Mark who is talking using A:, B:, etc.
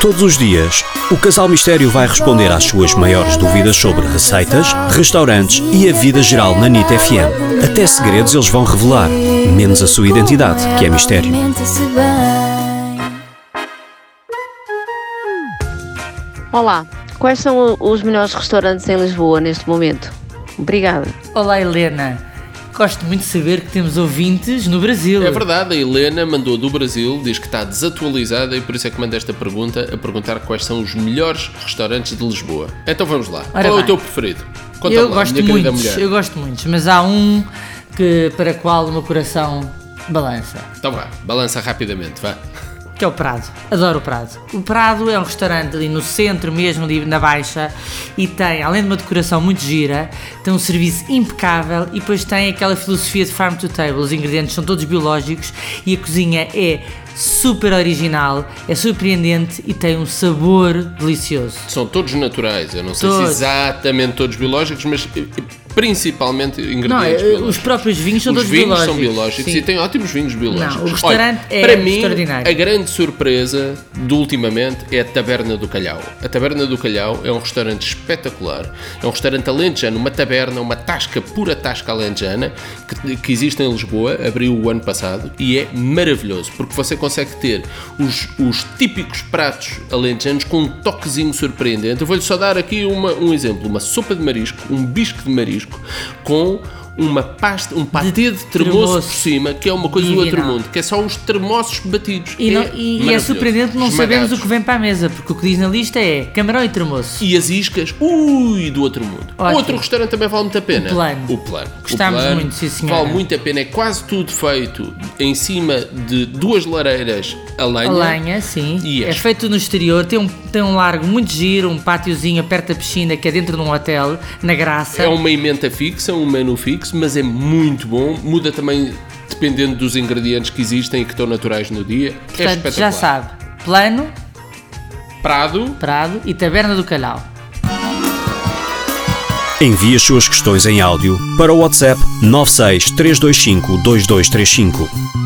A: Todos os dias, o Casal Mistério vai responder às suas maiores dúvidas sobre receitas, restaurantes e a vida geral na NIT FM. Até segredos eles vão revelar, menos a sua identidade, que é mistério.
B: Mente-se bem.
C: Olá, quais são o- os melhores restaurantes em Lisboa neste momento? Obrigada.
D: Olá Helena, gosto muito de saber que temos ouvintes no Brasil.
E: É verdade, a Helena mandou do Brasil, diz que está desatualizada e por isso é que manda esta pergunta a perguntar quais são os melhores restaurantes de Lisboa. Então vamos lá.
D: Ora
E: Qual é
D: bem.
E: o teu preferido? Conta-me
D: Eu
E: lá,
D: gosto
E: minha querida
D: muitos, eu
E: mulher.
D: gosto muitos, mas há um que, para qual o meu coração balança,
E: Então vá, balança rapidamente, vá.
D: que é o Prado. Adoro o Prado. O Prado é um restaurante ali no centro mesmo, ali na Baixa, e tem, além de uma decoração muito gira, tem um serviço impecável e depois tem aquela filosofia de farm to table. Os ingredientes são todos biológicos e a cozinha é super original, é surpreendente e tem um sabor delicioso.
E: São todos naturais, eu não sei
D: Todos.
E: se exatamente todos biológicos, mas eh, principalmente ingredientes
D: Não, eh,
E: biológicos.
D: os próprios vinhos são
E: Os
D: todos
E: vinhos
D: biológicos.
E: são biológicos
D: sim.
E: e têm ótimos vinhos biológicos.
D: Não, o restaurante
E: Olha,
D: é
E: para mim,
D: extraordinário.
E: A grande surpresa de ultimamente é a Taberna do Calhau. A Taberna do Calhau é um restaurante espetacular. É um restaurante alentejano, uma taberna, uma tasca, pura tasca alentejana, que, que existe em Lisboa, abriu o ano passado e é maravilhoso, porque você consegue ter os, os típicos pratos alentejanos com um toquezinho surpreendente. Eu vou-lhe só dar aqui uma- um exemplo: uma sopa de marisco, um bisco de marisco com uma pasta, um patê de, tremoço por
D: tremoço.
E: cima, que é uma coisa do outro
D: Divina.
E: mundo, que é só os termossos batidos.
D: E, não- e- e é
E: maravilhoso.
D: surpreendente não
E: Esmagados.
D: sabemos o que vem para a mesa, porque o que diz na lista é camarão e tremoço.
E: E as iscas, ui, do outro mundo.
D: Ótimo.
E: Outro restaurante também vale muito a pena.
D: O Plano.
E: O plano.
D: Gostámos
E: O Plano
D: muito, sim, senhora.
E: Vale muito a pena, é quase tudo feito em cima de duas lareiras a lenha.
D: A lenha, sim.
E: E
D: é
E: este?
D: feito no exterior, tem um, tem um largo muito giro, um pátiozinho perto da piscina que é dentro de um hotel, na graça.
E: É uma emenda fixa, um menu fixo, mas é muito bom. Muda também dependendo dos ingredientes que existem e que estão naturais no dia. é
D: Portanto,
E: espetacular.
D: já sabe, plano,
E: Prado,
D: Prado e Taberna do Calhau.
A: Envie as suas questões em áudio para o WhatsApp 963252235.